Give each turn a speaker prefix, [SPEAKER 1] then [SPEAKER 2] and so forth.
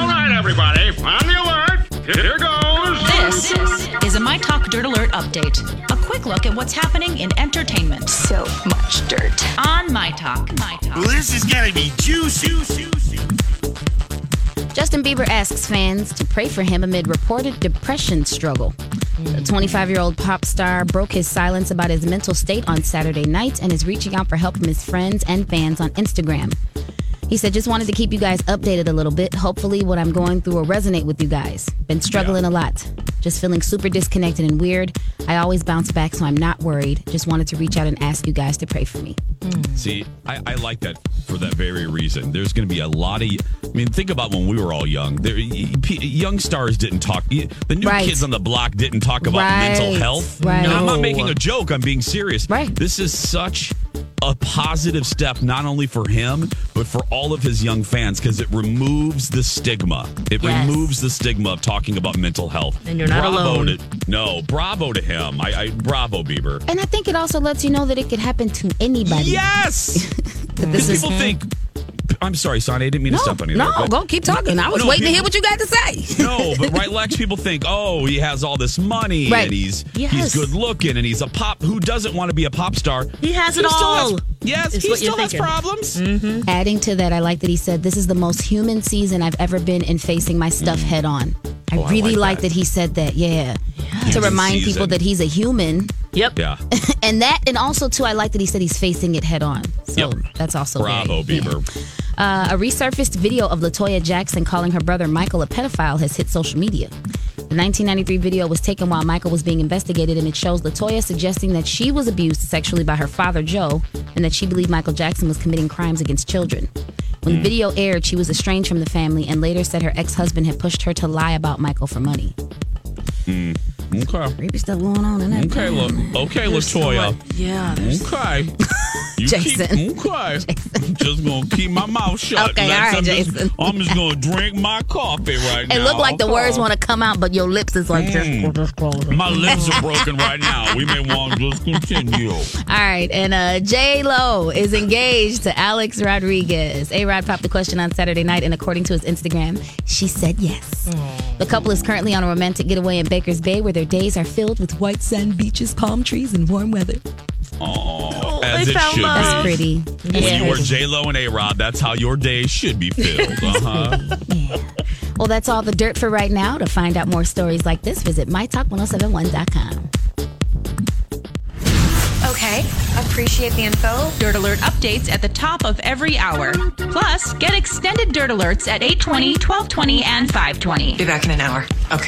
[SPEAKER 1] everybody, on the alert. Here goes.
[SPEAKER 2] This is a My Talk Dirt Alert update. A quick look at what's happening in entertainment
[SPEAKER 3] So much dirt.
[SPEAKER 2] on My Talk. My Talk.
[SPEAKER 4] Well, this is gonna be juicy.
[SPEAKER 5] Justin Bieber asks fans to pray for him amid reported depression struggle. The 25 year old pop star broke his silence about his mental state on Saturday night and is reaching out for help from his friends and fans on Instagram. He said, Just wanted to keep you guys updated a little bit. Hopefully, what I'm going through will resonate with you guys. Been struggling a lot. Just feeling super disconnected and weird. I always bounce back, so I'm not worried. Just wanted to reach out and ask you guys to pray for me.
[SPEAKER 6] See, I, I like that for that very reason. There's going to be a lot of. I mean, think about when we were all young. There, y- p- young stars didn't talk. y- The new
[SPEAKER 5] Right.
[SPEAKER 6] kids on the block didn't talk about
[SPEAKER 5] Right.
[SPEAKER 6] mental health.
[SPEAKER 5] Right.
[SPEAKER 6] And I'm not
[SPEAKER 5] No.
[SPEAKER 6] making a joke. I'm being serious.
[SPEAKER 5] Right.
[SPEAKER 6] This is such a positive step, not only for him but for all of his young fans, because it removes the stigma. It
[SPEAKER 3] Yes.
[SPEAKER 6] removes the stigma of talking about mental health.
[SPEAKER 3] And you're not
[SPEAKER 6] bravo
[SPEAKER 3] alone.
[SPEAKER 6] To, no, bravo to him. I, I bravo Bieber.
[SPEAKER 5] And I think it also lets you know that it could happen to anybody.
[SPEAKER 6] Yes.
[SPEAKER 5] That this
[SPEAKER 6] Because
[SPEAKER 5] is
[SPEAKER 6] people think. I'm sorry, Sonny. I didn't mean to step on you.
[SPEAKER 5] no,
[SPEAKER 6] there, but-
[SPEAKER 5] go keep talking. I was
[SPEAKER 6] No,
[SPEAKER 5] waiting to
[SPEAKER 6] people-
[SPEAKER 5] hear what you got to say.
[SPEAKER 6] No, but right, Lex. People think, oh, he has all this money
[SPEAKER 5] Right.
[SPEAKER 6] and he's
[SPEAKER 3] Yes.
[SPEAKER 6] he's good looking and he's a pop. Who doesn't want to be a pop star?
[SPEAKER 3] He has it
[SPEAKER 6] still
[SPEAKER 3] all.
[SPEAKER 6] yes,
[SPEAKER 3] is
[SPEAKER 6] he
[SPEAKER 3] what you're
[SPEAKER 6] still has
[SPEAKER 3] thinking.
[SPEAKER 6] problems.
[SPEAKER 5] Adding to that, I like that he said, This is the most human season I've ever been in facing my stuff head on. I
[SPEAKER 6] Mm. Oh, I
[SPEAKER 5] really
[SPEAKER 6] like
[SPEAKER 5] like that.
[SPEAKER 6] that.
[SPEAKER 5] he said that, yeah. To
[SPEAKER 6] Human
[SPEAKER 5] remind
[SPEAKER 6] season.
[SPEAKER 5] people that he's a human.
[SPEAKER 3] Yep.
[SPEAKER 6] Yeah,
[SPEAKER 5] And that, and also, too, I like that he said he's facing it head on. So
[SPEAKER 6] Yep.
[SPEAKER 5] that's also
[SPEAKER 6] bravo,
[SPEAKER 5] very-
[SPEAKER 6] Bieber.
[SPEAKER 5] Uh, a resurfaced video of Latoya Jackson calling her brother Michael a pedophile has hit social media. The 1993 video was taken while Michael was being investigated, and it shows Latoya suggesting that she was abused sexually by her father, Joe, and that she believed Michael Jackson was committing crimes against children. When
[SPEAKER 6] Hmm.
[SPEAKER 5] the video aired, she was estranged from the family and later said her ex husband had pushed her to lie about Michael for money.
[SPEAKER 6] Okay,
[SPEAKER 5] Creepy stuff going on in that.
[SPEAKER 6] okay, look, okay, Latoya.
[SPEAKER 3] Yeah. there's-
[SPEAKER 6] Okay. You
[SPEAKER 5] Jason.
[SPEAKER 6] Keep, okay. I'm just gonna keep my mouth shut.
[SPEAKER 5] Okay,
[SPEAKER 6] Lex.
[SPEAKER 5] all right,
[SPEAKER 6] I'm just-
[SPEAKER 5] Jason.
[SPEAKER 6] I'm just gonna drink my coffee right now.
[SPEAKER 5] It looked like the
[SPEAKER 6] Okay.
[SPEAKER 5] words want to come out, but your lips is
[SPEAKER 6] Hmm.
[SPEAKER 5] like just
[SPEAKER 6] My lips are broken right now. We may want to just continue.
[SPEAKER 5] All right, and uh, J Lo is engaged to Alex Rodriguez. A Rod popped the question on Saturday night, and according to his Instagram, she said yes. The couple is currently on a romantic getaway in Baker's Bay, where their days are filled with white sand beaches, palm trees, and warm weather.
[SPEAKER 6] Oh, as
[SPEAKER 3] they
[SPEAKER 6] it
[SPEAKER 3] found
[SPEAKER 6] should
[SPEAKER 3] love.
[SPEAKER 5] That's
[SPEAKER 6] be.
[SPEAKER 5] pretty. That's
[SPEAKER 6] When you were
[SPEAKER 5] pretty.
[SPEAKER 6] J Lo and A Rod, that's how your day should be filled. Uh huh.
[SPEAKER 5] Well, that's all the dirt for right now. To find out more stories like this, visit mytalk1071.com.
[SPEAKER 7] Okay, appreciate the info.
[SPEAKER 2] Dirt Alert updates at the top of every hour. Plus, get extended Dirt Alerts at 820, 1220, and 520.
[SPEAKER 7] Be back in an hour. Okay.